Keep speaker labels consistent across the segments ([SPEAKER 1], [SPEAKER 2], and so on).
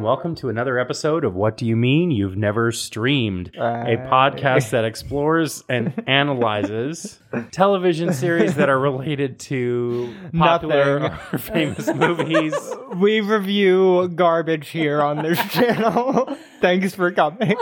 [SPEAKER 1] welcome to another episode of What Do You Mean You've Never Streamed, a
[SPEAKER 2] Uh,
[SPEAKER 1] podcast that explores and analyzes television series that are related to popular
[SPEAKER 2] Nothing.
[SPEAKER 1] or famous movies.
[SPEAKER 2] We review garbage here on this channel. Thanks for coming.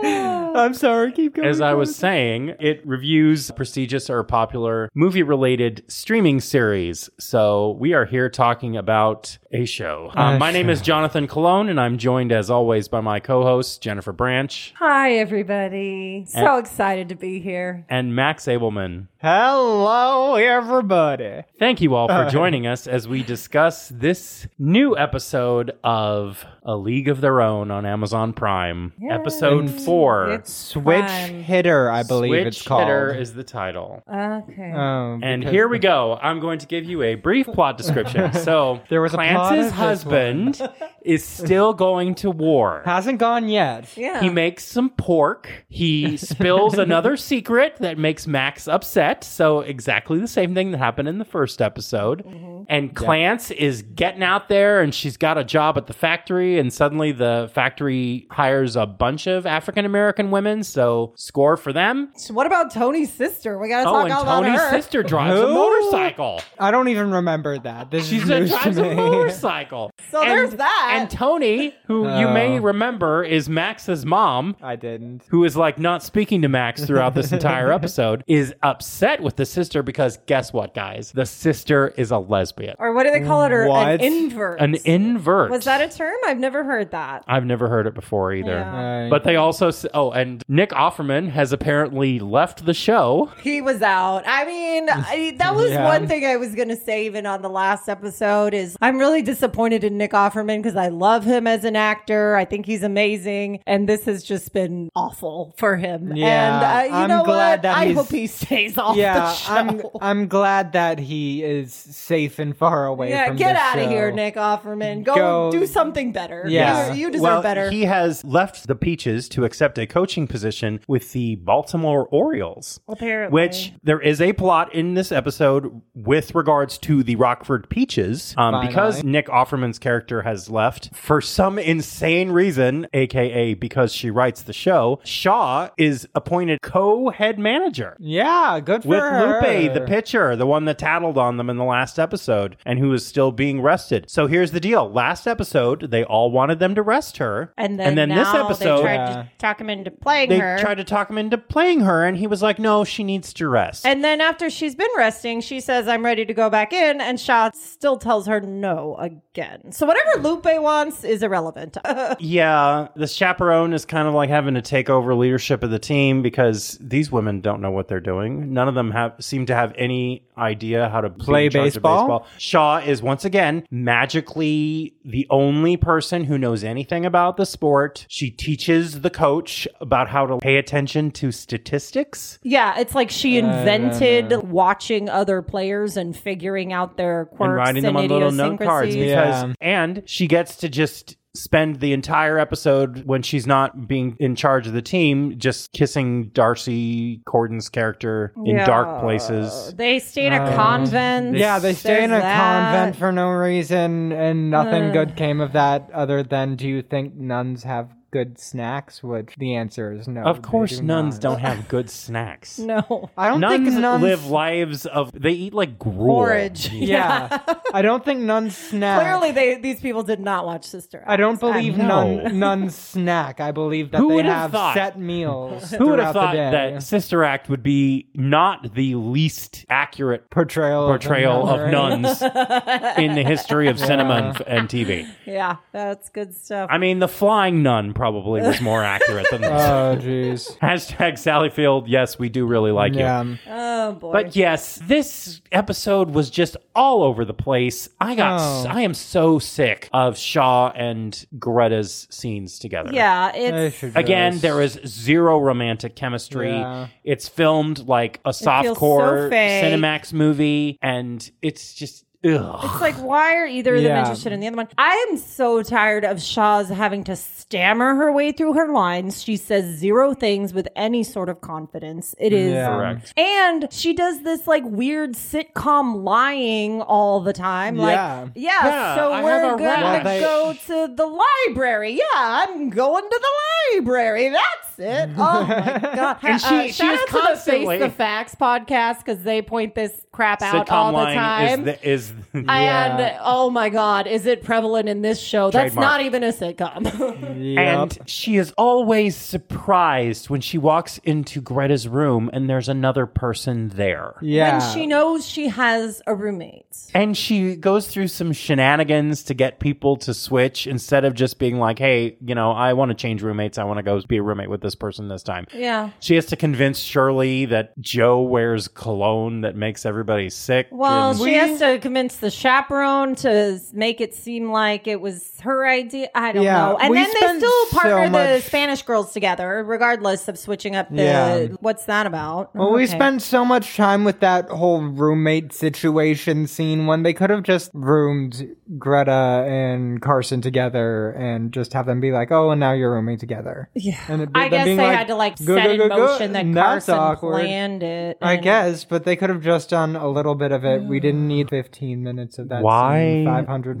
[SPEAKER 3] Oh.
[SPEAKER 2] I'm sorry, keep going.
[SPEAKER 1] As I was
[SPEAKER 2] guys.
[SPEAKER 1] saying, it reviews prestigious or popular movie related streaming series. So we are here talking about a show. Um,
[SPEAKER 2] A
[SPEAKER 1] my name
[SPEAKER 2] show.
[SPEAKER 1] is Jonathan Cologne, and I'm joined as always by my co host, Jennifer Branch.
[SPEAKER 3] Hi, everybody. So excited to be here.
[SPEAKER 1] And Max Abelman.
[SPEAKER 2] Hello, everybody.
[SPEAKER 1] Thank you all for joining us as we discuss this new episode of A League of Their Own on Amazon Prime,
[SPEAKER 3] Yay.
[SPEAKER 1] episode four.
[SPEAKER 3] It's
[SPEAKER 2] Switch
[SPEAKER 3] Prime.
[SPEAKER 2] hitter, I believe
[SPEAKER 1] Switch
[SPEAKER 2] it's called.
[SPEAKER 1] Hitter is the title.
[SPEAKER 3] Okay.
[SPEAKER 2] Um,
[SPEAKER 1] And
[SPEAKER 2] because-
[SPEAKER 1] here we go. I'm going to give you a brief plot description. So
[SPEAKER 2] There was a plot of
[SPEAKER 1] Clance's
[SPEAKER 2] this
[SPEAKER 1] husband is still going to war.
[SPEAKER 2] hasn't gone yet.
[SPEAKER 3] yeah.
[SPEAKER 1] He makes some pork. He spills another secret that makes Max upset. So exactly the same thing that happened in the first episode.
[SPEAKER 3] Mm-hmm.
[SPEAKER 1] And Clance is getting out there and she's got a job at the factory and suddenly the factory hires a bunch of African American women, so score for them.
[SPEAKER 3] what about Tony's sister? We got to
[SPEAKER 1] Oh,
[SPEAKER 3] talk
[SPEAKER 1] and
[SPEAKER 3] all
[SPEAKER 1] Tony's
[SPEAKER 3] about her.
[SPEAKER 1] sister drives a
[SPEAKER 2] Who?
[SPEAKER 1] motorcycle.
[SPEAKER 2] I don't even remember that. This
[SPEAKER 1] She
[SPEAKER 2] is
[SPEAKER 1] said
[SPEAKER 2] news
[SPEAKER 1] drives
[SPEAKER 2] to
[SPEAKER 1] a
[SPEAKER 2] me.
[SPEAKER 1] motorcycle.
[SPEAKER 3] So there's that.
[SPEAKER 1] And Tony, who you may
[SPEAKER 2] Oh.
[SPEAKER 1] remember is Max's mom,
[SPEAKER 2] I didn't.
[SPEAKER 1] who is like not speaking to Max throughout this entire episode, is upset with the sister because guess what, guys? The sister is a lesbian,
[SPEAKER 3] Or what do they call it? Or
[SPEAKER 2] What?
[SPEAKER 3] an invert.
[SPEAKER 1] an invert.
[SPEAKER 3] Was that a term? I've never heard that.
[SPEAKER 1] I've never heard it before either.
[SPEAKER 3] Yeah.
[SPEAKER 2] Uh,
[SPEAKER 1] But they also s- oh, and Nick Offerman has apparently left the show.
[SPEAKER 3] He was out. I mean, I, that was
[SPEAKER 2] Yeah.
[SPEAKER 3] one thing I was going to say even on the last episode is I'm really disappointed in Nick Offerman because I love him as an actor. I think he's amazing. And this has just been awful for him.
[SPEAKER 2] Yeah,
[SPEAKER 3] and uh, you
[SPEAKER 2] I'm
[SPEAKER 3] know
[SPEAKER 2] glad
[SPEAKER 3] what?
[SPEAKER 2] that
[SPEAKER 3] I
[SPEAKER 2] he's-
[SPEAKER 3] hope he stays off the
[SPEAKER 2] yeah,
[SPEAKER 3] show.
[SPEAKER 2] I'm I'm glad that he is safe and far away.
[SPEAKER 3] Yeah,
[SPEAKER 2] from
[SPEAKER 3] get
[SPEAKER 2] this
[SPEAKER 3] out of here,
[SPEAKER 2] show.
[SPEAKER 3] Nick Offerman. Go,
[SPEAKER 2] Go-
[SPEAKER 3] do something better.
[SPEAKER 2] Yeah.
[SPEAKER 3] You- you, deserve
[SPEAKER 1] well,
[SPEAKER 3] better.
[SPEAKER 1] He has left the Peaches to accept a coaching position with the Baltimore Orioles.
[SPEAKER 3] Apparently.
[SPEAKER 1] Which there is a plot in this episode with regards to the Rockford Peaches. Um,
[SPEAKER 2] Finally.
[SPEAKER 1] because Nick Offerman's character has left for some insane reason, aka because she writes the show, Shaw is appointed co head manager.
[SPEAKER 2] Yeah, good for
[SPEAKER 1] With
[SPEAKER 2] her.
[SPEAKER 1] Lupe, the pitcher, the one that tattled on them in the last episode and who is still being rested. So here's the deal. Last episode, they all wanted them to rest her.
[SPEAKER 3] and then,
[SPEAKER 1] this
[SPEAKER 3] now
[SPEAKER 1] episode,
[SPEAKER 3] they tried
[SPEAKER 2] Yeah.
[SPEAKER 3] to talk him into playing
[SPEAKER 1] they
[SPEAKER 3] her.
[SPEAKER 1] tried to talk him into playing her, and he was like, no, she needs to rest.
[SPEAKER 3] and then after she's been resting, she says, "I'm ready to go back in," and Shaw still tells her no again. So whatever Lupe wants is irrelevant.
[SPEAKER 1] Yeah, the chaperone is kind of like having to take over leadership of the team because these women don't know what they're doing. None of them have seem to have any idea how to be
[SPEAKER 2] Play
[SPEAKER 1] in charge of
[SPEAKER 2] baseball?
[SPEAKER 1] Shaw is once again magically the only person who knows anything about the sport. She teaches the coach about how to pay attention to statistics.
[SPEAKER 3] yeah, it's like she invented watching other players and figuring out their quirks
[SPEAKER 1] and writing them on little note cards
[SPEAKER 3] idiosyncrasies.
[SPEAKER 1] because
[SPEAKER 2] Yeah.
[SPEAKER 1] and she gets to just spend the entire episode when she's not being in charge of the team just kissing Darcy Corden's character in
[SPEAKER 3] Yeah.
[SPEAKER 1] dark places.
[SPEAKER 3] They stay in a
[SPEAKER 2] Um,
[SPEAKER 3] convent.
[SPEAKER 2] Yeah, they stay
[SPEAKER 3] There's
[SPEAKER 2] in a
[SPEAKER 3] that. Uh.
[SPEAKER 2] convent for no reason, and nothing
[SPEAKER 3] Ugh.
[SPEAKER 2] good came of that. Other than, do you think nuns have good snacks? Which the answer is no.
[SPEAKER 1] Of
[SPEAKER 2] they
[SPEAKER 1] course
[SPEAKER 2] do
[SPEAKER 1] nuns
[SPEAKER 2] not.
[SPEAKER 1] don't have good snacks.
[SPEAKER 3] No.
[SPEAKER 2] I don't
[SPEAKER 1] Nuns,
[SPEAKER 2] think nuns
[SPEAKER 1] live lives of they eat like gruel.
[SPEAKER 3] Porridge.
[SPEAKER 2] Yeah, I don't think nuns snack.
[SPEAKER 3] Clearly, they these people did not watch Sister Act.
[SPEAKER 2] I don't believe
[SPEAKER 1] No.
[SPEAKER 2] nun, nuns snack. I believe that
[SPEAKER 1] Who
[SPEAKER 2] they
[SPEAKER 1] would've
[SPEAKER 2] have
[SPEAKER 1] thought?
[SPEAKER 2] set meals.
[SPEAKER 1] Who would have
[SPEAKER 2] throughout the
[SPEAKER 1] thought
[SPEAKER 2] day.
[SPEAKER 1] that Sister Act would be not the least accurate
[SPEAKER 2] portrayal of a
[SPEAKER 1] portrayal
[SPEAKER 2] nun,
[SPEAKER 1] of
[SPEAKER 2] right?
[SPEAKER 1] nuns in the history of cinema and, and TV?
[SPEAKER 3] Yeah, that's good stuff.
[SPEAKER 1] I mean, the flying nun probably was more accurate than this.
[SPEAKER 2] Oh jeez.
[SPEAKER 1] Hashtag Sally Field. Yes, we do really like you.
[SPEAKER 2] Yeah.
[SPEAKER 3] oh boy.
[SPEAKER 1] But yes, this episode was just all over the place. I got,
[SPEAKER 2] Oh.
[SPEAKER 1] I am so sick of Shaw and Greta's scenes together.
[SPEAKER 3] yeah,
[SPEAKER 2] I
[SPEAKER 3] it's
[SPEAKER 2] should
[SPEAKER 1] Again,
[SPEAKER 2] just-
[SPEAKER 1] there is zero romantic chemistry.
[SPEAKER 2] Yeah.
[SPEAKER 1] It's filmed like a
[SPEAKER 3] feels
[SPEAKER 1] softcore
[SPEAKER 3] so fake.
[SPEAKER 1] Cinemax movie, and it's just Ugh.
[SPEAKER 3] It's like, why are either of
[SPEAKER 2] Yeah.
[SPEAKER 3] them interested in the other one? I am so tired of Shaw's having to stammer her way through her lines. She says zero things with any sort of confidence. It is.
[SPEAKER 2] Yeah.
[SPEAKER 1] Correct.
[SPEAKER 3] And she does this like weird sitcom lying all the time.
[SPEAKER 2] Yeah.
[SPEAKER 3] Like, yeah,
[SPEAKER 1] Yeah,
[SPEAKER 3] so
[SPEAKER 1] I have
[SPEAKER 3] we're
[SPEAKER 1] a
[SPEAKER 3] gonna
[SPEAKER 1] right.
[SPEAKER 3] go to the library. Yeah, I'm going to the library. That's it. Oh my god! Uh,
[SPEAKER 1] And she- she
[SPEAKER 3] shout
[SPEAKER 1] is
[SPEAKER 3] out to the
[SPEAKER 1] constantly-
[SPEAKER 3] Face the Facts podcast because they point this crap out
[SPEAKER 1] Sitcom
[SPEAKER 3] all the
[SPEAKER 1] line
[SPEAKER 3] time.
[SPEAKER 1] is the, is
[SPEAKER 3] And oh my God, is it prevalent in this show? That's
[SPEAKER 1] Trademark.
[SPEAKER 3] not even a sitcom.
[SPEAKER 2] Yep.
[SPEAKER 1] And she is always surprised when she walks into Greta's room and there's another person there.
[SPEAKER 2] yeah.
[SPEAKER 3] And she knows she has a roommate.
[SPEAKER 1] And she goes through some shenanigans to get people to switch instead of just being like, hey, you know, I want to change roommates. I want to go be a roommate with this person this time.
[SPEAKER 3] Yeah.
[SPEAKER 1] She has to convince Shirley that Joe wears cologne that makes everybody sick.
[SPEAKER 3] Well,
[SPEAKER 1] And-
[SPEAKER 3] she has to convince the chaperone to s- make it seem like it was her idea. I don't
[SPEAKER 2] Yeah,
[SPEAKER 3] know. And
[SPEAKER 2] we
[SPEAKER 3] then they
[SPEAKER 2] spend
[SPEAKER 3] still
[SPEAKER 2] so
[SPEAKER 3] partner the
[SPEAKER 2] much-
[SPEAKER 3] Spanish girls together, regardless of switching up the.
[SPEAKER 2] Yeah.
[SPEAKER 3] What's that about?
[SPEAKER 2] Well, we
[SPEAKER 3] Okay.
[SPEAKER 2] spent so much time with that whole roommate situation scene when they could have just roomed Greta and Carson together and just have them be like, "Oh, and now you're rooming together." Yeah, and it,
[SPEAKER 3] I
[SPEAKER 2] them
[SPEAKER 3] guess they
[SPEAKER 2] being like,
[SPEAKER 3] had to like
[SPEAKER 2] "Go,
[SPEAKER 3] set
[SPEAKER 2] go,
[SPEAKER 3] in
[SPEAKER 2] go, go,"
[SPEAKER 3] motion that
[SPEAKER 2] and that's
[SPEAKER 3] Carson
[SPEAKER 2] awkward.
[SPEAKER 3] planned it.
[SPEAKER 2] I
[SPEAKER 3] and-
[SPEAKER 2] guess, but they could have just done a little bit of it. We didn't need 15 minutes of that
[SPEAKER 1] Why
[SPEAKER 2] scene, 500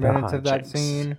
[SPEAKER 1] the
[SPEAKER 2] minutes of that
[SPEAKER 1] Hodges?
[SPEAKER 2] scene,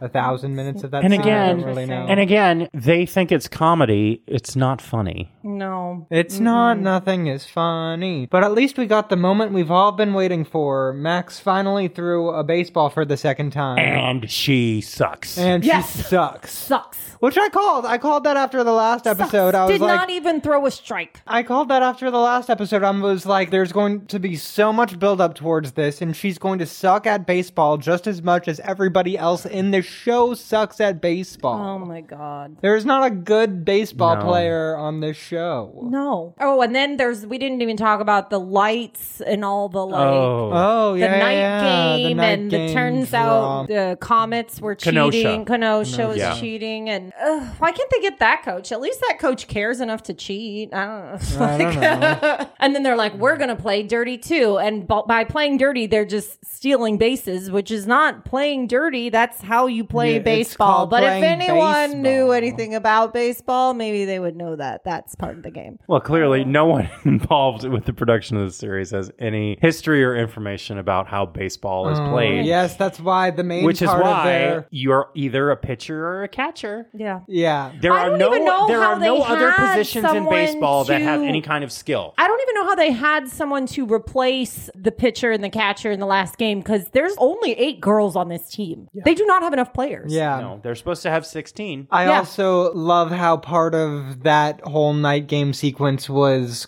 [SPEAKER 2] a thousand minutes of that
[SPEAKER 1] And
[SPEAKER 2] scene. I don't
[SPEAKER 1] again-
[SPEAKER 2] really know.
[SPEAKER 1] and again, they think it's comedy. It's not funny.
[SPEAKER 3] No.
[SPEAKER 2] It's not
[SPEAKER 3] Mm-hmm.
[SPEAKER 2] nothing is funny. But at least we got the moment we've all been waiting for. Max finally threw a baseball for the second time.
[SPEAKER 1] And she sucks.
[SPEAKER 2] And
[SPEAKER 3] Yes.
[SPEAKER 2] she sucks.
[SPEAKER 3] Sucks.
[SPEAKER 2] Which I called. I called that after the last episode.
[SPEAKER 3] Sucks.
[SPEAKER 2] I was
[SPEAKER 3] Did
[SPEAKER 2] like
[SPEAKER 3] not even throw a strike.
[SPEAKER 2] I called that after the last episode. I was like, there's going to be so much build up towards this, and she's going to suck at baseball just as much as everybody else in the show sucks at baseball.
[SPEAKER 3] Oh my god.
[SPEAKER 2] There is not a good baseball
[SPEAKER 1] No.
[SPEAKER 2] player on this show.
[SPEAKER 3] No. Oh, and then there's we didn't even talk about the lights and all the like
[SPEAKER 1] oh.
[SPEAKER 2] Oh,
[SPEAKER 3] the
[SPEAKER 2] yeah.
[SPEAKER 3] night
[SPEAKER 2] yeah,
[SPEAKER 3] game
[SPEAKER 2] the night
[SPEAKER 3] and
[SPEAKER 2] game
[SPEAKER 3] it turns
[SPEAKER 2] drama.
[SPEAKER 3] out the comets were
[SPEAKER 1] Kenosha.
[SPEAKER 3] cheating. Kenosha, was
[SPEAKER 1] Yeah.
[SPEAKER 3] cheating and ugh, why can't they get that coach? At least that coach cares enough to cheat. I don't know.
[SPEAKER 2] I don't know.
[SPEAKER 3] and then they're like, we're gonna play dirty too. And b- by playing dirty, they're just stealing bases, which is not playing dirty. That's how you play
[SPEAKER 2] Yeah, it's
[SPEAKER 3] baseball.
[SPEAKER 2] called
[SPEAKER 3] But if
[SPEAKER 2] playing
[SPEAKER 3] anyone knew
[SPEAKER 2] baseball.
[SPEAKER 3] anything about baseball, maybe they would know that that's part of the game.
[SPEAKER 1] Well,
[SPEAKER 3] Oh.
[SPEAKER 1] clearly, no one involved with the production of this series has any history or information about how baseball
[SPEAKER 3] Mm,
[SPEAKER 1] is played.
[SPEAKER 2] Yes, that's why the main
[SPEAKER 1] Which is
[SPEAKER 2] part
[SPEAKER 1] why
[SPEAKER 2] of their
[SPEAKER 1] you're either a pitcher or a catcher.
[SPEAKER 3] Yeah.
[SPEAKER 2] yeah.
[SPEAKER 1] There
[SPEAKER 3] I
[SPEAKER 1] are
[SPEAKER 3] don't
[SPEAKER 1] no
[SPEAKER 3] even know
[SPEAKER 1] there
[SPEAKER 3] how
[SPEAKER 1] are no
[SPEAKER 3] they
[SPEAKER 1] other
[SPEAKER 3] had
[SPEAKER 1] positions in
[SPEAKER 3] someone
[SPEAKER 1] baseball that have
[SPEAKER 3] to-
[SPEAKER 1] any kind of skill.
[SPEAKER 3] I don't even know how they had someone to replace the pitcher and the catcher in the last game because there's only eight girls on this team. They do not have enough players.
[SPEAKER 2] Yeah.
[SPEAKER 1] no, they're supposed to have 16.
[SPEAKER 2] I
[SPEAKER 3] Yeah.
[SPEAKER 2] also love how part of that whole night game sequence was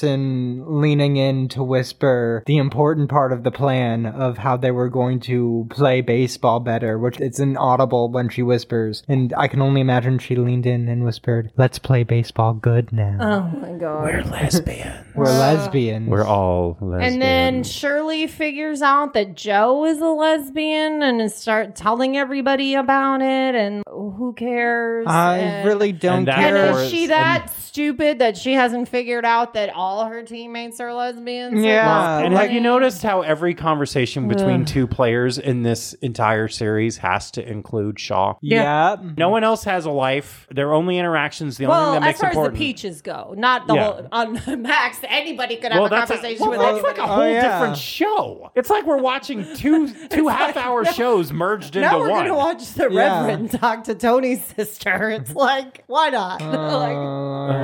[SPEAKER 2] Carson leaning in to whisper the important part of the plan of how they were going to play baseball better, which it's inaudible when she whispers. And I can only imagine she leaned in and whispered, Let's play baseball good now.
[SPEAKER 3] Oh my god.
[SPEAKER 1] We're lesbian.
[SPEAKER 2] we're lesbians.
[SPEAKER 1] We're all lesbian.
[SPEAKER 3] And then Shirley figures out that Joe is a lesbian and is start telling everybody about it and who cares?
[SPEAKER 2] I
[SPEAKER 3] and-
[SPEAKER 2] really don't
[SPEAKER 1] And that
[SPEAKER 2] care.
[SPEAKER 3] And
[SPEAKER 1] Or
[SPEAKER 3] is she
[SPEAKER 1] it's-
[SPEAKER 3] that stupid that she hasn't figured out that all her teammates are lesbians?
[SPEAKER 2] Yeah.
[SPEAKER 1] And
[SPEAKER 3] uh,
[SPEAKER 2] Like-
[SPEAKER 1] have you noticed how every conversation between two players in this entire series has to include Shaw?
[SPEAKER 2] yeah.
[SPEAKER 1] No one else has a life. Their only interactions, the
[SPEAKER 3] Well,
[SPEAKER 1] only thing that
[SPEAKER 3] as
[SPEAKER 1] makes
[SPEAKER 3] far
[SPEAKER 1] important.
[SPEAKER 3] as the peaches go, not the
[SPEAKER 1] Yeah.
[SPEAKER 3] whole on Max. Anybody could have
[SPEAKER 1] well,
[SPEAKER 3] a
[SPEAKER 1] that's,
[SPEAKER 3] conversation
[SPEAKER 1] well,
[SPEAKER 3] with
[SPEAKER 1] that's like
[SPEAKER 3] anybody.
[SPEAKER 1] a whole
[SPEAKER 2] Oh, yeah.
[SPEAKER 1] different show. It's like we're watching two two half hour shows merged into
[SPEAKER 3] Now we're
[SPEAKER 1] one.
[SPEAKER 3] gonna watch the
[SPEAKER 2] Yeah.
[SPEAKER 3] Reverend talk to Tony's sister. It's like, why not? like,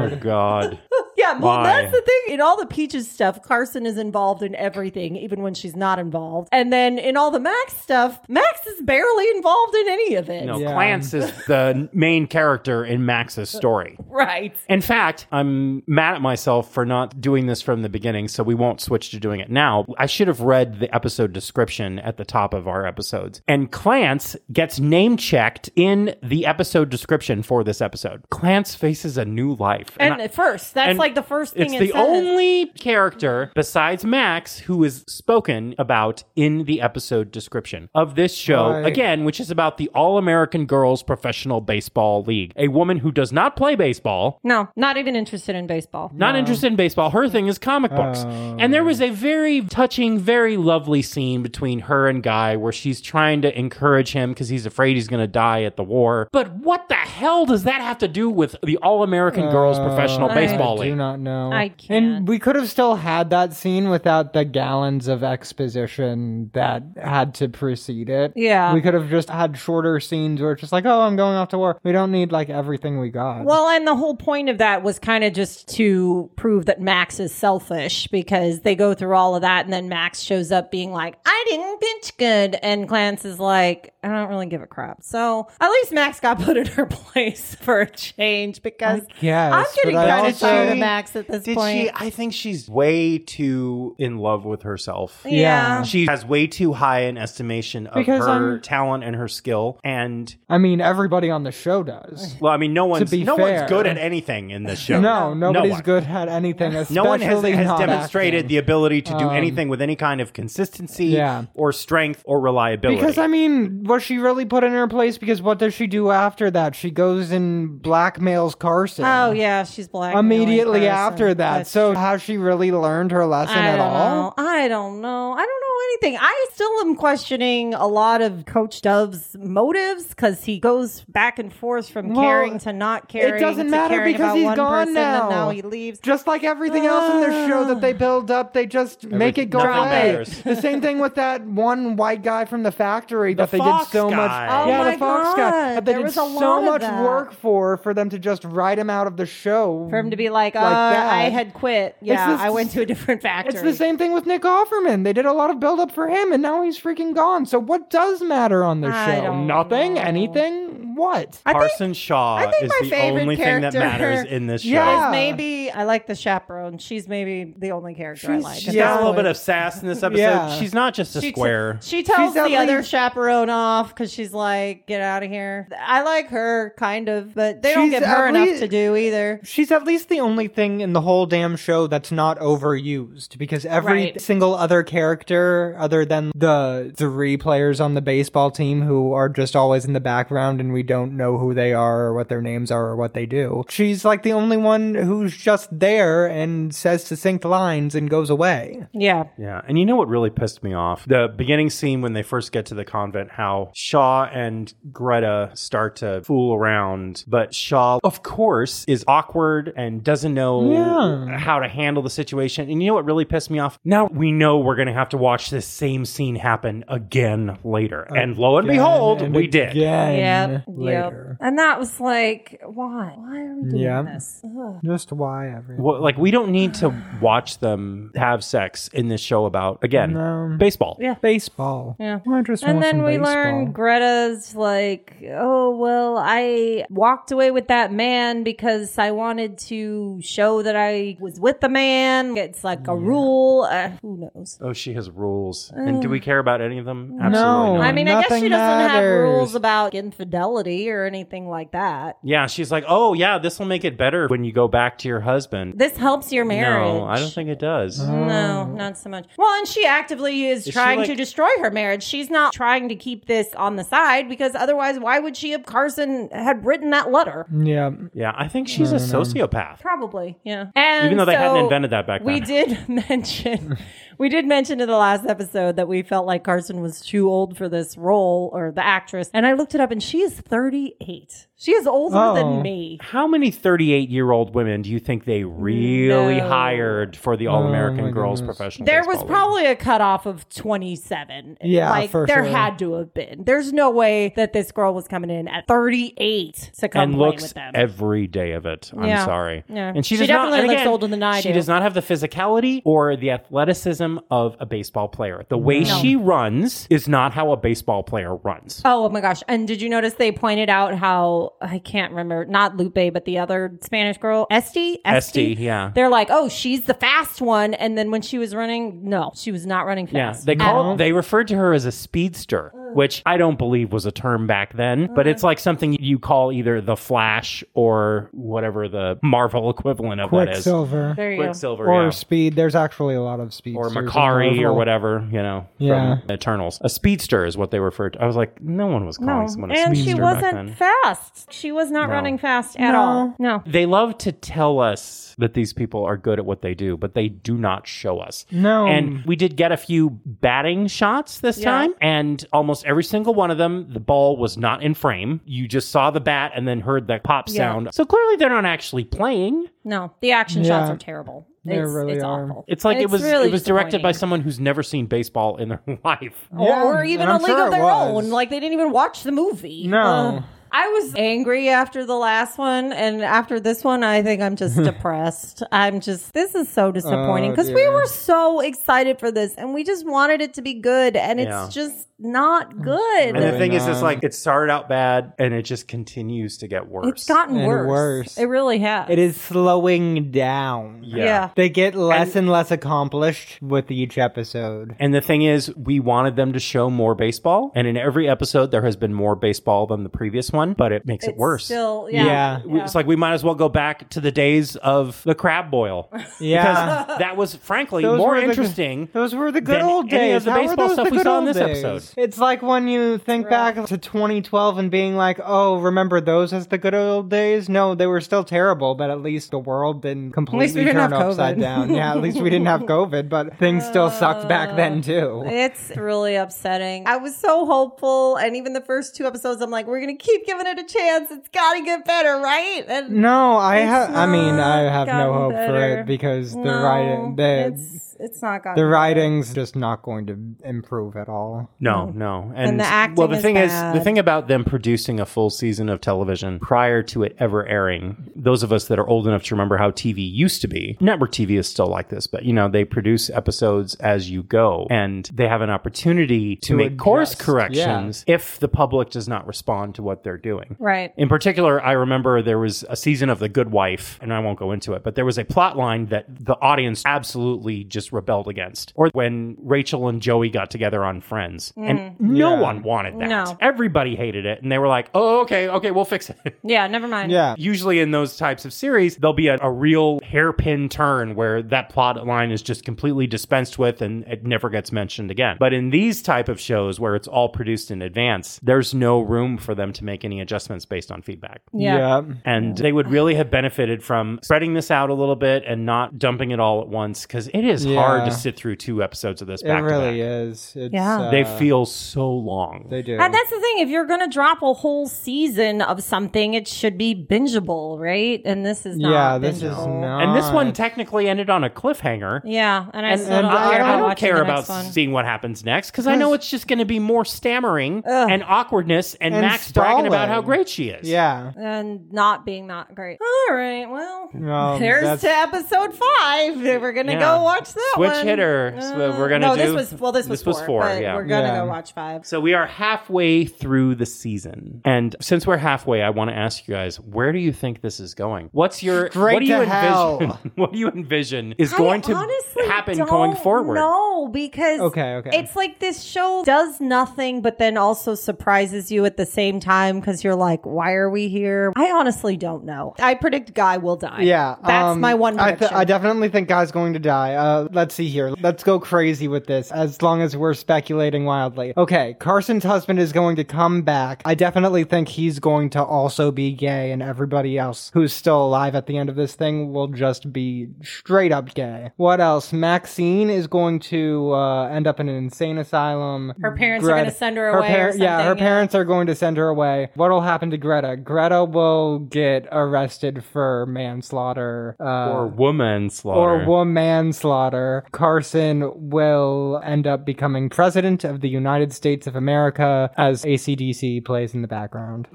[SPEAKER 2] Uh,
[SPEAKER 1] oh God!
[SPEAKER 3] yeah, well,
[SPEAKER 1] why?
[SPEAKER 3] that's the thing. In all the Peaches stuff, Carson is involved in everything, even when she's not involved. And then in all the Max stuff, Max is barely involved in any of it.
[SPEAKER 1] No,
[SPEAKER 2] Yeah.
[SPEAKER 1] Clance is the main character in Max's story.
[SPEAKER 3] Right.
[SPEAKER 1] In fact, I'm mad at myself for not doing this from the beginning, so we won't switch to doing it now. I should have read the episode description at the top of our episodes. And Clance gets name checked in the episode description for this episode. Clance faces a new life.
[SPEAKER 3] And
[SPEAKER 1] I-
[SPEAKER 3] at first, that's
[SPEAKER 1] and
[SPEAKER 3] like the first thing
[SPEAKER 4] It's
[SPEAKER 3] it
[SPEAKER 4] the
[SPEAKER 3] says.
[SPEAKER 4] only character besides Max who is spoken about in the episode description of this show,
[SPEAKER 2] Right.
[SPEAKER 4] again, which is about the All American Girls Professional Baseball League. A woman who does not play baseball,
[SPEAKER 3] No, not even interested in baseball.
[SPEAKER 4] not interested in baseball. Her thing is comic books. And there was
[SPEAKER 2] Oh.
[SPEAKER 4] a very touching, very lovely scene between her and Guy where she's trying to encourage him because he's afraid he's going to die at the war. But what the hell does that have to do with the All American Girls Professional
[SPEAKER 3] I
[SPEAKER 4] Baseball
[SPEAKER 2] Uh, I do
[SPEAKER 4] League?
[SPEAKER 2] not know.
[SPEAKER 3] I can't.
[SPEAKER 2] And we could have still had that scene without the gallons of exposition that had to precede it.
[SPEAKER 3] Yeah.
[SPEAKER 2] We could have just had shorter scenes where it's just like, oh, I'm going off to war. We don't need like everything we got.
[SPEAKER 3] Well, and the whole point of that was kind of just to prove that Max is selfish because they go through all of that and then Max shows up being like, I didn't pitch good. And Clance is like, I don't really give a crap. So at least Max got put in her place for a change because
[SPEAKER 2] guess,
[SPEAKER 3] I'm getting
[SPEAKER 2] but I
[SPEAKER 3] kind of
[SPEAKER 2] also-
[SPEAKER 3] tired of Max at this
[SPEAKER 4] Did
[SPEAKER 3] point.
[SPEAKER 4] she? I think she's way too in love with herself.
[SPEAKER 3] yeah.
[SPEAKER 4] She has way too high an estimation of
[SPEAKER 2] Because
[SPEAKER 4] her
[SPEAKER 2] I'm-
[SPEAKER 4] talent and her skill. And
[SPEAKER 2] I mean, everybody on the show does.
[SPEAKER 4] well, I mean, no one's
[SPEAKER 2] be
[SPEAKER 4] no
[SPEAKER 2] fair-
[SPEAKER 4] one's good at anything in this show.
[SPEAKER 2] No, nobody's
[SPEAKER 4] one.
[SPEAKER 2] good at anything. Especially
[SPEAKER 4] No one has, has
[SPEAKER 2] not
[SPEAKER 4] demonstrated
[SPEAKER 2] acting. Um,
[SPEAKER 4] the ability to do anything with any kind of consistency
[SPEAKER 2] Yeah.
[SPEAKER 4] or strength or reliability.
[SPEAKER 2] Because I mean, was she really put in her place? Because what does she do after that? She goes and blackmails Carson.
[SPEAKER 3] Oh, yeah. She's black.
[SPEAKER 2] immediately after that. so has she really learned her lesson
[SPEAKER 3] I
[SPEAKER 2] at
[SPEAKER 3] don't
[SPEAKER 2] all?
[SPEAKER 3] Know. I don't know. I don't know anything. I still am questioning a lot of Coach Dove's motives because he goes back and forth from
[SPEAKER 2] Well,
[SPEAKER 3] caring to not caring.
[SPEAKER 2] it doesn't
[SPEAKER 3] to
[SPEAKER 2] matter
[SPEAKER 3] caring
[SPEAKER 2] because
[SPEAKER 3] about
[SPEAKER 2] he's
[SPEAKER 3] one
[SPEAKER 2] gone
[SPEAKER 3] person,
[SPEAKER 2] now.
[SPEAKER 3] And now he leaves.
[SPEAKER 2] Just like everything else in their show that they build up, they just make it go
[SPEAKER 4] nothing
[SPEAKER 2] away.
[SPEAKER 4] matters.
[SPEAKER 2] the same thing with that one white guy from the factory that they did
[SPEAKER 4] Fox
[SPEAKER 2] so much.
[SPEAKER 4] guy.
[SPEAKER 3] Oh
[SPEAKER 2] yeah,
[SPEAKER 3] my
[SPEAKER 2] the Fox guy
[SPEAKER 3] God,
[SPEAKER 2] that they
[SPEAKER 3] there
[SPEAKER 2] did
[SPEAKER 3] was a lot
[SPEAKER 2] so
[SPEAKER 3] of
[SPEAKER 2] much
[SPEAKER 3] that.
[SPEAKER 2] work for for them to just write him out of the show.
[SPEAKER 3] for him to be like, uh,
[SPEAKER 2] that.
[SPEAKER 3] I had quit. Yeah,
[SPEAKER 2] this-
[SPEAKER 3] I went to a different factory.
[SPEAKER 2] it's the same thing with Nick Offerman. They did a lot of build up for him, and now he's freaking gone. So what does matter on this
[SPEAKER 3] I
[SPEAKER 2] show?
[SPEAKER 3] don't
[SPEAKER 2] Nothing,
[SPEAKER 3] know.
[SPEAKER 2] anything, what?
[SPEAKER 3] I think
[SPEAKER 4] Parson Shaw
[SPEAKER 3] I think
[SPEAKER 4] is
[SPEAKER 3] my
[SPEAKER 4] the
[SPEAKER 3] favorite
[SPEAKER 4] only thing that
[SPEAKER 3] character-
[SPEAKER 4] matters in this show.
[SPEAKER 2] Yeah.
[SPEAKER 3] maybe I like the chaperone. She's maybe the only character I
[SPEAKER 2] She's-
[SPEAKER 3] like.
[SPEAKER 4] She's
[SPEAKER 2] Yeah.
[SPEAKER 4] got a little bit of sass in this episode.
[SPEAKER 2] Yeah.
[SPEAKER 4] She's not just a
[SPEAKER 3] She t-
[SPEAKER 4] square.
[SPEAKER 3] she tells
[SPEAKER 2] She's at
[SPEAKER 3] the other
[SPEAKER 2] least-
[SPEAKER 3] chaperone off because she's like, "Get out of here." I like her kind of, but they don't
[SPEAKER 2] She's
[SPEAKER 3] give her
[SPEAKER 2] at
[SPEAKER 3] enough
[SPEAKER 2] least-
[SPEAKER 3] to do either.
[SPEAKER 2] She's at least the only thing in the whole damn show that's not overused because every
[SPEAKER 3] Right.
[SPEAKER 2] single other character, other than the three players on the baseball team who are just always in the background and we don't know who they are or what their names are or what they do, she's like the only one who's just there and says succinct lines and goes away.
[SPEAKER 3] Yeah.
[SPEAKER 4] Yeah, and you know what really pissed me off? The beginning scene when they first get to the convent, how Shaw and Greta start to fool around, but Shaw, of course, is awkward and doesn't know
[SPEAKER 2] Yeah.
[SPEAKER 4] how to handle the situation. And you know what really pissed me off? Now we know we're going to have to watch this same scene happen again later. and lo and behold,
[SPEAKER 2] And
[SPEAKER 4] we did.
[SPEAKER 2] Again
[SPEAKER 3] Yep.
[SPEAKER 2] later.
[SPEAKER 3] Yep. And that was like, why? Why are we doing
[SPEAKER 2] Yeah.
[SPEAKER 3] this? Ugh.
[SPEAKER 2] Just why everything.
[SPEAKER 4] Well, like we don't need to watch them have sex in this show about again
[SPEAKER 2] No.
[SPEAKER 4] baseball.
[SPEAKER 3] Yeah.
[SPEAKER 2] Um, Baseball.
[SPEAKER 3] Yeah.
[SPEAKER 2] I just
[SPEAKER 3] And
[SPEAKER 2] want
[SPEAKER 3] then
[SPEAKER 2] some
[SPEAKER 3] we
[SPEAKER 2] baseball.
[SPEAKER 3] learn Greta's like, oh, well, I walked away with that man because I wanted to show that I was with the man. It's like a rule. Uh, who knows?
[SPEAKER 4] Oh, she has rules. And do we care about any of them? Absolutely
[SPEAKER 2] Uh, No.
[SPEAKER 4] not.
[SPEAKER 3] I mean, I guess she
[SPEAKER 2] nothing
[SPEAKER 3] doesn't have
[SPEAKER 2] matters.
[SPEAKER 3] rules about infidelity or anything like that.
[SPEAKER 4] Yeah, she's like, oh yeah, this will make it better when you go back to your husband.
[SPEAKER 3] This helps your marriage.
[SPEAKER 4] No, I don't think it does.
[SPEAKER 3] No, not so much. Well, and she actively is,
[SPEAKER 4] she,
[SPEAKER 3] trying to
[SPEAKER 4] like-
[SPEAKER 3] destroy her marriage. She's not trying to keep this on the side because otherwise, why would she have Carson had written that letter?
[SPEAKER 2] Yeah.
[SPEAKER 4] Yeah, I think she's a sociopath.
[SPEAKER 3] Mm-hmm. Probably, yeah. And
[SPEAKER 4] Even though they
[SPEAKER 3] so
[SPEAKER 4] hadn't invented that back
[SPEAKER 3] we
[SPEAKER 4] then.
[SPEAKER 3] did mention, we did mention in the last episode that we felt like Carson was too old for this role or the actress. And I looked it up, and she is thirty-eight. She is older
[SPEAKER 2] Oh.
[SPEAKER 3] than me.
[SPEAKER 4] How many 38 year old women do you think they really
[SPEAKER 3] No. Oh
[SPEAKER 4] hired for the All American
[SPEAKER 2] my
[SPEAKER 4] Girls
[SPEAKER 2] goodness.
[SPEAKER 4] Professional?
[SPEAKER 3] There was
[SPEAKER 4] Baseball League?
[SPEAKER 3] probably a cutoff of 27.
[SPEAKER 2] Yeah,
[SPEAKER 3] like
[SPEAKER 2] for
[SPEAKER 3] there
[SPEAKER 2] sure.
[SPEAKER 3] had to have been. There's no way that this girl was coming in at 38 to come
[SPEAKER 4] and
[SPEAKER 3] play
[SPEAKER 4] looks
[SPEAKER 3] with them.
[SPEAKER 4] every day of it. I'm
[SPEAKER 3] Yeah.
[SPEAKER 4] sorry.
[SPEAKER 3] Yeah.
[SPEAKER 4] And she,
[SPEAKER 3] She
[SPEAKER 4] does
[SPEAKER 3] definitely
[SPEAKER 4] not, and
[SPEAKER 3] looks
[SPEAKER 4] again,
[SPEAKER 3] older than I
[SPEAKER 4] She
[SPEAKER 3] do.
[SPEAKER 4] does not have the physicality or the athleticism of a baseball player. The way she runs is not how a baseball player runs.
[SPEAKER 3] Oh, oh my gosh. And did you notice they pointed out how I can't remember, not Lupe, but the other Spanish girl, Esti?
[SPEAKER 4] Esti, yeah.
[SPEAKER 3] They're like, oh, she's the fast one. And then when she was running, no, she was not running
[SPEAKER 4] Yeah,
[SPEAKER 3] fast.
[SPEAKER 4] they
[SPEAKER 3] at
[SPEAKER 4] call
[SPEAKER 3] all.
[SPEAKER 4] they referred to her as a speedster, which I don't believe was a term back then, but it's like something you call either the Flash or whatever the Marvel equivalent of that is.
[SPEAKER 2] Quicksilver
[SPEAKER 3] There you go.
[SPEAKER 4] Quicksilver
[SPEAKER 2] or
[SPEAKER 4] yeah.
[SPEAKER 2] Speed. There's actually a lot of Speed
[SPEAKER 4] or Makari or whatever, you know,
[SPEAKER 2] Yeah.
[SPEAKER 4] from Eternals. A speedster is what they refer to. I was like, no one was calling
[SPEAKER 3] No,
[SPEAKER 4] someone a
[SPEAKER 3] and
[SPEAKER 4] speedster
[SPEAKER 3] she
[SPEAKER 4] back
[SPEAKER 3] wasn't
[SPEAKER 4] then.
[SPEAKER 3] fast. She was not
[SPEAKER 4] No.
[SPEAKER 3] running fast at
[SPEAKER 2] No.
[SPEAKER 3] all. No.
[SPEAKER 4] they love to tell us that these people are good at what they do, but they do not show us.
[SPEAKER 2] No.
[SPEAKER 4] And we did get a few batting shots this
[SPEAKER 3] Um, Yeah.
[SPEAKER 4] time, and almost every single one of them, the ball was not in frame. You just saw the bat and then heard the pop
[SPEAKER 3] Yeah.
[SPEAKER 4] sound. So clearly they're not actually playing.
[SPEAKER 3] No. The action
[SPEAKER 2] Yeah.
[SPEAKER 3] shots are terrible.
[SPEAKER 2] They
[SPEAKER 3] it's,
[SPEAKER 2] really
[SPEAKER 3] it's
[SPEAKER 2] are.
[SPEAKER 3] awful.
[SPEAKER 4] It's like it
[SPEAKER 3] It's
[SPEAKER 4] was
[SPEAKER 3] really
[SPEAKER 4] it was directed by
[SPEAKER 3] disappointing.
[SPEAKER 4] someone who's never seen baseball in their life.
[SPEAKER 3] Or,
[SPEAKER 2] Yeah,
[SPEAKER 3] or even
[SPEAKER 2] and
[SPEAKER 3] a
[SPEAKER 2] I'm
[SPEAKER 3] league
[SPEAKER 2] sure
[SPEAKER 3] of
[SPEAKER 2] it
[SPEAKER 3] their
[SPEAKER 2] was.
[SPEAKER 3] own. Like they didn't even watch the movie. Um,
[SPEAKER 2] No.
[SPEAKER 3] I was angry after the last one, and after this one, I think I'm just depressed. I'm just, this is so disappointing
[SPEAKER 2] Oh,
[SPEAKER 3] because we
[SPEAKER 2] dear.
[SPEAKER 3] were so excited for this and we just wanted it to be good, and it's
[SPEAKER 4] Yeah.
[SPEAKER 3] just not
[SPEAKER 2] Mm.
[SPEAKER 3] good.
[SPEAKER 4] And the
[SPEAKER 2] Really
[SPEAKER 4] thing is, it's
[SPEAKER 2] not.
[SPEAKER 4] like it started out bad and it just continues to get worse.
[SPEAKER 3] It's gotten
[SPEAKER 2] And
[SPEAKER 3] worse.
[SPEAKER 2] worse.
[SPEAKER 3] It really has.
[SPEAKER 2] It is slowing down.
[SPEAKER 4] Yeah.
[SPEAKER 3] yeah.
[SPEAKER 2] They get less and, less accomplished with each episode.
[SPEAKER 4] and the thing is, we wanted them to show more baseball. And in every episode, there has been more baseball than the previous one, but it makes it
[SPEAKER 3] It's
[SPEAKER 4] worse.
[SPEAKER 3] Still,
[SPEAKER 2] Yeah.
[SPEAKER 3] yeah.
[SPEAKER 4] We- It's like we might as well go back to the days of the crab boil.
[SPEAKER 2] Yeah.
[SPEAKER 4] Because that was, frankly,
[SPEAKER 2] Those
[SPEAKER 4] more
[SPEAKER 2] were the-
[SPEAKER 4] interesting.
[SPEAKER 2] Those were the good
[SPEAKER 4] than
[SPEAKER 2] old
[SPEAKER 4] any
[SPEAKER 2] days.
[SPEAKER 4] of the
[SPEAKER 2] How were
[SPEAKER 4] baseball
[SPEAKER 2] those
[SPEAKER 4] stuff
[SPEAKER 2] the
[SPEAKER 4] we
[SPEAKER 2] good
[SPEAKER 4] saw in
[SPEAKER 2] old
[SPEAKER 4] this
[SPEAKER 2] days?
[SPEAKER 4] episode.
[SPEAKER 2] It's like when you think
[SPEAKER 3] Right.
[SPEAKER 2] back to 2012 and being like, "Oh, remember those as the good old days?" No, they were still terrible, but at least the world didn't completely
[SPEAKER 3] we didn't
[SPEAKER 2] turn
[SPEAKER 3] have
[SPEAKER 2] upside
[SPEAKER 3] COVID.
[SPEAKER 2] down. yeah, at least we didn't have COVID, but things still sucked back then too.
[SPEAKER 3] It's really upsetting. I was so hopeful, and even the first two episodes, I'm like, we're gonna keep giving it a chance. It's gotta get better, right? And
[SPEAKER 2] No, I have. I mean,
[SPEAKER 3] not
[SPEAKER 2] I have no
[SPEAKER 3] gotten
[SPEAKER 2] hope for
[SPEAKER 3] better.
[SPEAKER 2] it because the
[SPEAKER 3] No,
[SPEAKER 2] writing, the
[SPEAKER 3] it's it's not gotten
[SPEAKER 2] the
[SPEAKER 3] better.
[SPEAKER 2] writing's just not going to improve at all.
[SPEAKER 4] No, no. And,
[SPEAKER 3] the acting
[SPEAKER 4] well, the
[SPEAKER 3] is
[SPEAKER 4] thing is, the
[SPEAKER 3] bad.
[SPEAKER 4] thing about them producing a full season of television prior to it ever airing, those of us that are old enough to remember how TV used to be, network TV is still like this, but you know, they produce episodes as you go and they have an opportunity to, make course
[SPEAKER 2] adjust,
[SPEAKER 4] corrections if the public does not respond to what they're doing.
[SPEAKER 3] Right.
[SPEAKER 4] In particular, I remember there was a season of The Good Wife, and I won't go into it, but there was a plot line that the audience absolutely just rebelled against. Or when Rachel and Joey got together on Friends, and no
[SPEAKER 2] Yeah.
[SPEAKER 4] one wanted that.
[SPEAKER 3] No.
[SPEAKER 4] Everybody hated it, and they were like, oh, okay, okay, we'll fix it.
[SPEAKER 3] Yeah. Never mind.
[SPEAKER 2] Yeah,
[SPEAKER 4] Usually in those types of series, there'll be a, a real hairpin turn where that plot line is just completely dispensed with and it never gets mentioned again. But in these type of shows where it's all produced in advance, there's no room for them to make any adjustments based on feedback.
[SPEAKER 3] Yeah.
[SPEAKER 4] And they would really have benefited from spreading this out a little bit and not dumping it all at once because it is
[SPEAKER 2] Yeah.
[SPEAKER 4] hard to sit through two episodes of this
[SPEAKER 2] It
[SPEAKER 4] back
[SPEAKER 2] really
[SPEAKER 4] to back.
[SPEAKER 2] is. It's,
[SPEAKER 3] Yeah.
[SPEAKER 2] uh,
[SPEAKER 4] They feel so long.
[SPEAKER 2] They do.
[SPEAKER 3] And that's the thing. If you're going to drop a whole season of something, it should be bingeable, right? And this is not.
[SPEAKER 2] yeah, this is
[SPEAKER 3] bingeable.
[SPEAKER 2] not.
[SPEAKER 4] and this one technically ended on a cliffhanger.
[SPEAKER 3] Yeah, and I
[SPEAKER 4] And,
[SPEAKER 3] still
[SPEAKER 4] and
[SPEAKER 3] don't,
[SPEAKER 4] I,
[SPEAKER 3] care
[SPEAKER 4] I
[SPEAKER 3] about
[SPEAKER 4] don't
[SPEAKER 3] watching
[SPEAKER 4] care
[SPEAKER 3] the
[SPEAKER 4] about
[SPEAKER 3] next one.
[SPEAKER 4] seeing what happens next because I know it's just going to be more stammering and awkwardness and,
[SPEAKER 2] And
[SPEAKER 4] Max bragging about
[SPEAKER 2] stalling.
[SPEAKER 4] how great she is.
[SPEAKER 2] Yeah.
[SPEAKER 3] and not being not great. All right, well,
[SPEAKER 2] Um,
[SPEAKER 3] there's
[SPEAKER 2] that's-
[SPEAKER 3] to episode five. We're gonna
[SPEAKER 4] Yeah.
[SPEAKER 3] go watch that
[SPEAKER 4] Switch
[SPEAKER 3] one. Uh,
[SPEAKER 4] hitter. So we're gonna
[SPEAKER 3] no.
[SPEAKER 4] do-
[SPEAKER 3] This was well. This was
[SPEAKER 4] this was
[SPEAKER 3] four.
[SPEAKER 4] four,
[SPEAKER 3] but
[SPEAKER 4] yeah.
[SPEAKER 3] we're gonna
[SPEAKER 2] Yeah.
[SPEAKER 3] go watch five.
[SPEAKER 4] So we are halfway through the season. And since we're halfway, I want to ask you guys, where do you think this is going? What's your
[SPEAKER 2] Straight
[SPEAKER 4] what do you
[SPEAKER 2] to
[SPEAKER 4] envision
[SPEAKER 2] hell.
[SPEAKER 4] what do you envision is going
[SPEAKER 3] I
[SPEAKER 4] to
[SPEAKER 3] honestly
[SPEAKER 4] happen
[SPEAKER 3] don't
[SPEAKER 4] going forward?
[SPEAKER 3] No, because
[SPEAKER 2] Okay, okay.
[SPEAKER 3] it's like this show does nothing, but then also surprises you at the same time because you're like, why are we here? I honestly don't know. I predict Guy will die.
[SPEAKER 2] Yeah,
[SPEAKER 3] that's
[SPEAKER 2] um,
[SPEAKER 3] my one
[SPEAKER 2] I, th-
[SPEAKER 3] prediction.
[SPEAKER 2] I definitely think Guy's going to die. Uh, let's see here. Let's go crazy with this. As long as we're speculating wildly. Okay, Carson's husband is going to come back. I definitely think he's going to also be gay, and everybody else who's still alive at the end of this thing will just be straight up gay. What else? Maxine is going to uh, end up in an insane asylum.
[SPEAKER 3] Her parents are
[SPEAKER 2] Greta-
[SPEAKER 3] gonna send her away or
[SPEAKER 2] yeah, her
[SPEAKER 3] something, yeah.
[SPEAKER 2] parents are going to send her away. What will happen to Greta? Greta will get arrested for manslaughter uh,
[SPEAKER 4] Or woman
[SPEAKER 2] or
[SPEAKER 4] slaughter.
[SPEAKER 2] woman manslaughter. Carson will end up becoming president of the United States of America as ACDC plays in the background.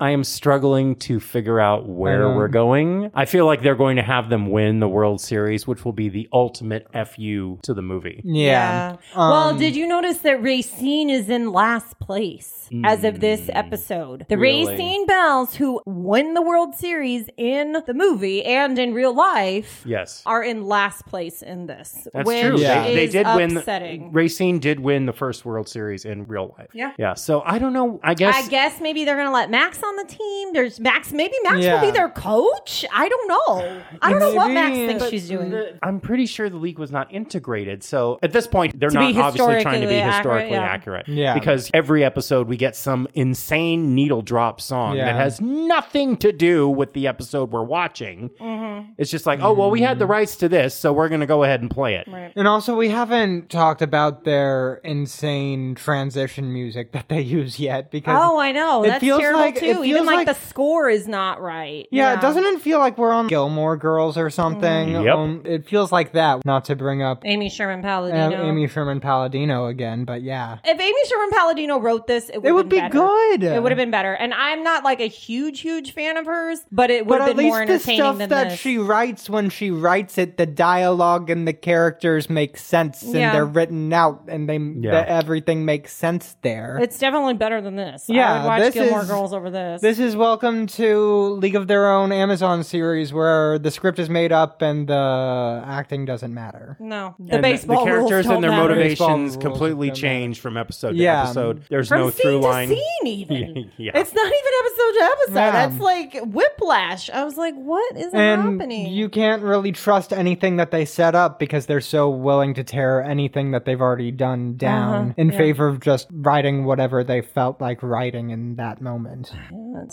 [SPEAKER 4] I am struggling to figure out where we're going. I feel like they're going to have them win the World Series, which will be the ultimate FU to the movie.
[SPEAKER 2] Yeah. Um,
[SPEAKER 3] well, did you notice that Racine is in last place as of this episode? The
[SPEAKER 4] Mm. really?
[SPEAKER 3] Racine Bells, who win the World Series in the movie and in real life,
[SPEAKER 4] Yes.
[SPEAKER 3] are in last place in this.
[SPEAKER 4] That's
[SPEAKER 3] which
[SPEAKER 4] true.
[SPEAKER 2] Yeah.
[SPEAKER 4] They, they
[SPEAKER 3] is
[SPEAKER 4] did
[SPEAKER 3] upsetting.
[SPEAKER 4] win. Racing did win the first World Series in real life.
[SPEAKER 3] Yeah.
[SPEAKER 4] Yeah. So I don't know. I guess.
[SPEAKER 3] I guess maybe they're going to let Max on the team. There's Max. Maybe Max
[SPEAKER 2] Yeah.
[SPEAKER 3] will be their coach. I don't know. I don't know what Max
[SPEAKER 2] Maybe,
[SPEAKER 3] thinks
[SPEAKER 2] but
[SPEAKER 3] she's doing.
[SPEAKER 4] the- I'm pretty sure the league was not integrated. So at this point, they're
[SPEAKER 3] To be
[SPEAKER 4] not obviously trying to be
[SPEAKER 3] historically accurate,
[SPEAKER 4] historically
[SPEAKER 3] yeah.
[SPEAKER 4] accurate.
[SPEAKER 2] Yeah.
[SPEAKER 4] Because every episode we get some insane needle drop song
[SPEAKER 2] Yeah.
[SPEAKER 4] that has nothing to do with the episode we're watching.
[SPEAKER 3] Mm-hmm.
[SPEAKER 4] It's just like, oh, well, we had the rights to this, so we're going to go ahead and play it.
[SPEAKER 3] right.
[SPEAKER 2] And also, we haven't talked about their insane transition music that they use yet because.
[SPEAKER 3] Oh, I know.
[SPEAKER 2] It
[SPEAKER 3] That's
[SPEAKER 2] feels
[SPEAKER 3] terrible
[SPEAKER 2] like- it
[SPEAKER 3] too.
[SPEAKER 2] feels
[SPEAKER 3] Even
[SPEAKER 2] like-
[SPEAKER 3] like, the score is not right.
[SPEAKER 2] yeah, doesn't it feel like we're on Gilmore Girls or something?
[SPEAKER 3] Mm.
[SPEAKER 2] Um,
[SPEAKER 4] Yep.
[SPEAKER 2] it feels like that. Not to bring up
[SPEAKER 3] Amy Sherman
[SPEAKER 2] uh,
[SPEAKER 3] Palladino.
[SPEAKER 2] Amy Sherman Palladino again, but yeah,
[SPEAKER 3] if Amy Sherman Palladino wrote this, it would,
[SPEAKER 2] it would be good.
[SPEAKER 3] It would have been better. And I'm not like a huge, huge fan of hers, but it would
[SPEAKER 2] But
[SPEAKER 3] have
[SPEAKER 2] at
[SPEAKER 3] been more
[SPEAKER 2] least the
[SPEAKER 3] entertaining
[SPEAKER 2] stuff
[SPEAKER 3] than
[SPEAKER 2] that
[SPEAKER 3] this.
[SPEAKER 2] she writes, when she writes it, the dialogue and the characters make sense,
[SPEAKER 3] Yeah.
[SPEAKER 2] and they're written out, and they
[SPEAKER 4] Yeah.
[SPEAKER 2] the, everything makes sense there.
[SPEAKER 3] It's definitely better than this. I
[SPEAKER 2] Yeah,
[SPEAKER 3] would watch
[SPEAKER 2] this
[SPEAKER 3] Gilmore
[SPEAKER 2] is-
[SPEAKER 3] Girls over this.
[SPEAKER 2] This is welcome to League of Their Own Amazon series where the script is made up and the acting doesn't matter.
[SPEAKER 3] no, the
[SPEAKER 4] And
[SPEAKER 3] baseball
[SPEAKER 4] the characters
[SPEAKER 3] rules don't
[SPEAKER 4] and their
[SPEAKER 3] matter.
[SPEAKER 2] Baseball
[SPEAKER 4] motivations
[SPEAKER 2] rules
[SPEAKER 4] completely
[SPEAKER 2] don't matter.
[SPEAKER 4] change from episode
[SPEAKER 2] Yeah.
[SPEAKER 4] to episode. There's
[SPEAKER 3] From
[SPEAKER 4] no
[SPEAKER 3] scene
[SPEAKER 4] through
[SPEAKER 3] to
[SPEAKER 4] line.
[SPEAKER 3] scene, even.
[SPEAKER 4] Yeah.
[SPEAKER 3] It's not even episode to episode.
[SPEAKER 2] Yeah.
[SPEAKER 3] That's like whiplash. I was like, what is
[SPEAKER 2] And
[SPEAKER 3] happening?
[SPEAKER 2] you can't really trust anything that they set up because they're so willing to tear anything that they've already
[SPEAKER 3] Uh-huh,
[SPEAKER 2] done down in favor of just writing whatever they felt like writing in that moment.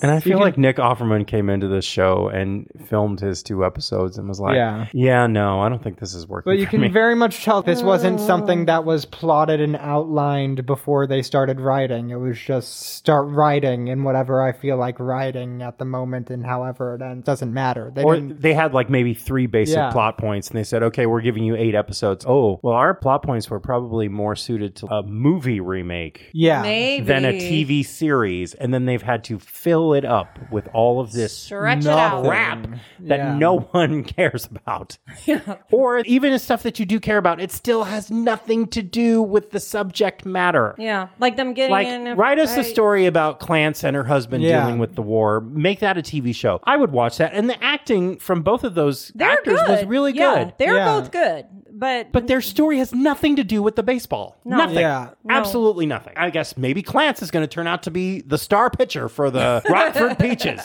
[SPEAKER 4] And I feel like Nick Offerman came into this show and filmed his two episodes and was like,
[SPEAKER 2] Yeah.
[SPEAKER 4] yeah no, I don't think this is working.
[SPEAKER 2] But you
[SPEAKER 4] for
[SPEAKER 2] can
[SPEAKER 4] me."
[SPEAKER 2] very much tell this wasn't something that
[SPEAKER 3] Oh.
[SPEAKER 2] was plotted and outlined before they started writing. It was just start writing and whatever I feel like writing at the moment and however it ends doesn't matter. They
[SPEAKER 4] or
[SPEAKER 2] didn't,
[SPEAKER 4] they had like maybe three basic
[SPEAKER 2] Yeah.
[SPEAKER 4] plot points and they said okay we're giving you eight episodes oh well our plot points were probably more suited to a movie remake
[SPEAKER 2] yeah,
[SPEAKER 3] Maybe.
[SPEAKER 4] than a tv series and then they've had to fill it up with all of this
[SPEAKER 3] Stretch
[SPEAKER 2] novel.
[SPEAKER 3] it out.
[SPEAKER 4] crap that
[SPEAKER 2] Yeah.
[SPEAKER 4] no one cares about or even the stuff that you do care about it still has nothing to do with the subject matter
[SPEAKER 3] Yeah, like them getting in.
[SPEAKER 4] like,
[SPEAKER 3] a
[SPEAKER 4] write us a
[SPEAKER 3] fight.
[SPEAKER 4] story about Clance and her husband
[SPEAKER 2] Yeah.
[SPEAKER 4] dealing with the war. Make that a TV show. I would watch that. And the acting from both of those
[SPEAKER 3] They're
[SPEAKER 4] actors
[SPEAKER 3] good.
[SPEAKER 4] was really
[SPEAKER 3] Yeah,
[SPEAKER 4] good.
[SPEAKER 3] They're
[SPEAKER 2] Yeah.
[SPEAKER 3] both good, but
[SPEAKER 4] But their story has nothing to do with the baseball. Nothing.
[SPEAKER 2] Yeah.
[SPEAKER 3] No.
[SPEAKER 4] Absolutely nothing. I guess maybe Clance is going to turn out to be the star pitcher for the Rockford Peaches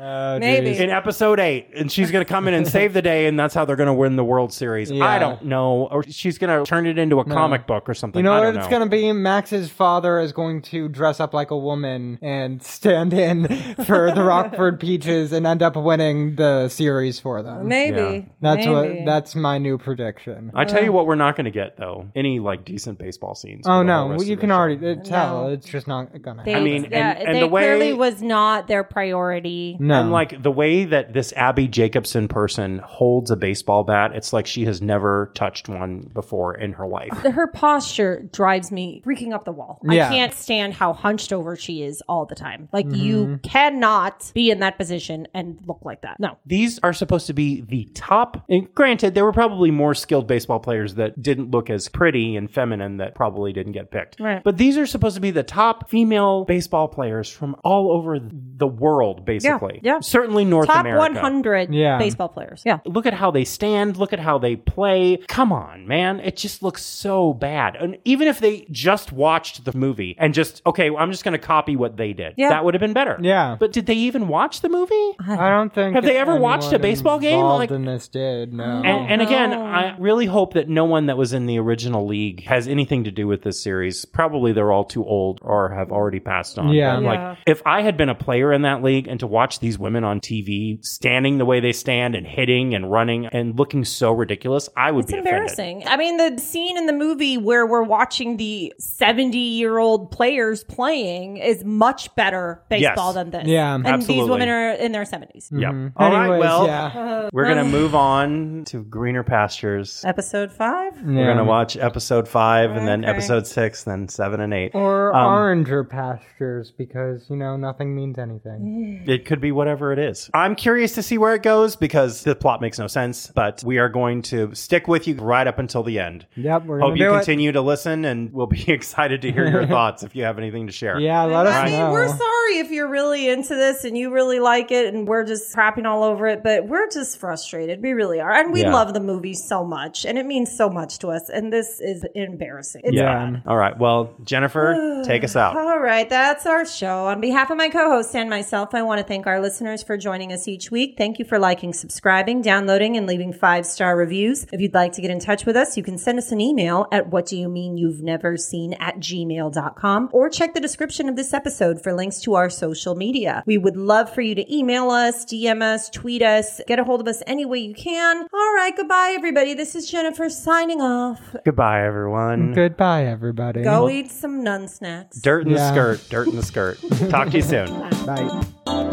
[SPEAKER 2] Oh,
[SPEAKER 3] Maybe.
[SPEAKER 2] geez.
[SPEAKER 4] in episode eight. And she's going to come in and save the day. And that's how they're going to win the World Series.
[SPEAKER 2] Yeah.
[SPEAKER 4] I don't know. Or she's going to turn it into a comic book or something.
[SPEAKER 2] You know
[SPEAKER 4] I
[SPEAKER 2] what
[SPEAKER 4] don't
[SPEAKER 2] it's gonna be? Max's father is going to dress up like a woman and stand in for the Rockford Peaches and end up winning the series for them.
[SPEAKER 3] maybe
[SPEAKER 4] Yeah.
[SPEAKER 2] That's
[SPEAKER 3] maybe.
[SPEAKER 2] what. That's my new prediction.
[SPEAKER 4] I tell you what, we're not going to get though any like decent baseball scenes. for
[SPEAKER 2] Uh. Oh
[SPEAKER 4] the
[SPEAKER 2] no,
[SPEAKER 4] whole rest
[SPEAKER 2] well, you
[SPEAKER 4] of the
[SPEAKER 2] can
[SPEAKER 4] show.
[SPEAKER 2] already uh, tell.
[SPEAKER 3] No.
[SPEAKER 2] It's just not gonna.
[SPEAKER 3] They,
[SPEAKER 2] happen.
[SPEAKER 4] I mean,
[SPEAKER 3] yeah,
[SPEAKER 4] and- and
[SPEAKER 3] they
[SPEAKER 4] the way-
[SPEAKER 3] clearly was not their priority.
[SPEAKER 2] no.
[SPEAKER 4] And like the way that this Abby Jacobson person holds a baseball bat, it's like she has never touched one before in her life.
[SPEAKER 3] Her posture drives me freaking up the wall.
[SPEAKER 2] Yeah.
[SPEAKER 3] I can't stand how hunched over she is all the time. Like you cannot be in that position and look like that. No.
[SPEAKER 4] These are supposed to be the top. And granted, there were probably more skilled baseball players that didn't look as pretty and feminine that probably didn't get picked.
[SPEAKER 3] Right.
[SPEAKER 4] But these are supposed to be the top female baseball players from all over the world, basically.
[SPEAKER 3] yeah.
[SPEAKER 4] Certainly North
[SPEAKER 3] Top
[SPEAKER 4] America.
[SPEAKER 3] 100
[SPEAKER 2] Yeah.
[SPEAKER 3] baseball players. Yeah.
[SPEAKER 4] look at how they stand look at how they play come on man it just looks so bad and even if they just watched the movie and just okay well, i'm just going to copy what they did
[SPEAKER 3] Yeah.
[SPEAKER 4] that would have been better
[SPEAKER 2] Yeah.
[SPEAKER 4] but did they even watch the movie
[SPEAKER 2] I don't think.
[SPEAKER 4] Have they ever watched a
[SPEAKER 2] anyone
[SPEAKER 4] baseball game?
[SPEAKER 2] involved
[SPEAKER 4] Like-
[SPEAKER 2] in this did no.
[SPEAKER 3] Oh.
[SPEAKER 4] and, and again, I really hope that no one that was in the original league has anything to do with this series. Probably they're all too old or have already passed on.
[SPEAKER 2] Yeah.
[SPEAKER 4] But,
[SPEAKER 3] Yeah.
[SPEAKER 4] Like if I had been a player in that league and to watch these women on TV standing the way they stand and hitting and running and looking so ridiculous, I would
[SPEAKER 3] It's
[SPEAKER 4] be offended.
[SPEAKER 3] embarrassing. I mean, the scene in the movie where we're watching the 70 year old players playing is much better baseball
[SPEAKER 4] Yes.
[SPEAKER 3] than this.
[SPEAKER 2] Yeah,
[SPEAKER 3] And
[SPEAKER 4] absolutely.
[SPEAKER 3] these women are in their 70s.
[SPEAKER 4] Yeah. All right.
[SPEAKER 2] Mm-hmm. Anyways,
[SPEAKER 4] Well,
[SPEAKER 2] yeah.
[SPEAKER 4] we're gonna move on to greener pastures.
[SPEAKER 3] Episode five?
[SPEAKER 4] We're
[SPEAKER 2] Yeah.
[SPEAKER 4] gonna watch episode five, and then
[SPEAKER 3] Okay.
[SPEAKER 4] episode six, then seven and eight.
[SPEAKER 2] or
[SPEAKER 4] Um,
[SPEAKER 2] oranger pastures because you know nothing means anything.
[SPEAKER 4] It could be whatever it is. I'm curious to see where it goes because the plot makes no sense. But we are going to stick with you right up until the end.
[SPEAKER 2] Yep, we're
[SPEAKER 4] Hope
[SPEAKER 2] gonna
[SPEAKER 4] you
[SPEAKER 2] do it.
[SPEAKER 4] continue to listen, and we'll be excited to hear your thoughts if you have anything to share.
[SPEAKER 2] Yeah, let
[SPEAKER 3] I
[SPEAKER 2] us
[SPEAKER 3] mean, we're
[SPEAKER 2] know.
[SPEAKER 3] sorry if you're really into this and you really like it and we're just crapping all over it, but we're just frustrated. We really are. And we
[SPEAKER 4] Yeah.
[SPEAKER 3] love the movie so much. and it means so much to us. And this is embarrassing. It's
[SPEAKER 2] Yeah.
[SPEAKER 3] bad.
[SPEAKER 4] All right. Well, Jennifer, take us out.
[SPEAKER 3] All right, that's our show. On behalf of my co host and myself, I want to thank our listeners for joining us each week. Thank you for liking, subscribing, downloading, and leaving five star reviews. If you'd like to get in touch with us, you can send us an email at what do you mean you've never seen at gmail.com or check the description of this episode for links to our social media. We would love for you to email us, DM us, tweet us, get a hold of us any way you can. All right, goodbye, everybody. This is Jennifer signing off.
[SPEAKER 4] Goodbye, everyone.
[SPEAKER 2] Goodbye, everybody.
[SPEAKER 3] Go eat some nun snacks.
[SPEAKER 4] Dirt in the
[SPEAKER 2] Yeah.
[SPEAKER 4] skirt. Dirt in the skirt. Talk to you soon.
[SPEAKER 2] Bye.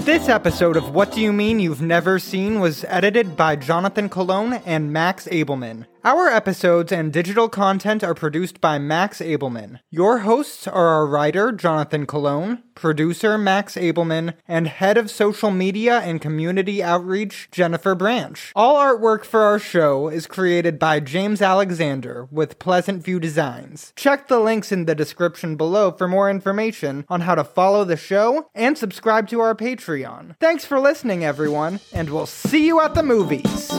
[SPEAKER 2] This episode of What Do You Mean You've Never Seen was edited by Jonathan Colon and Max Abelman. Our episodes and digital content are produced by Max Abelman. Your hosts are our writer, Jonathan Colon, producer, Max Abelman, and head of social media and community outreach, Jennifer Branch. All artwork for our show is created by James Alexander with Pleasant View Designs. Check the links in the description below for more information on how to follow the show and subscribe to our Patreon. Thanks for listening, everyone, and we'll see you at the movies.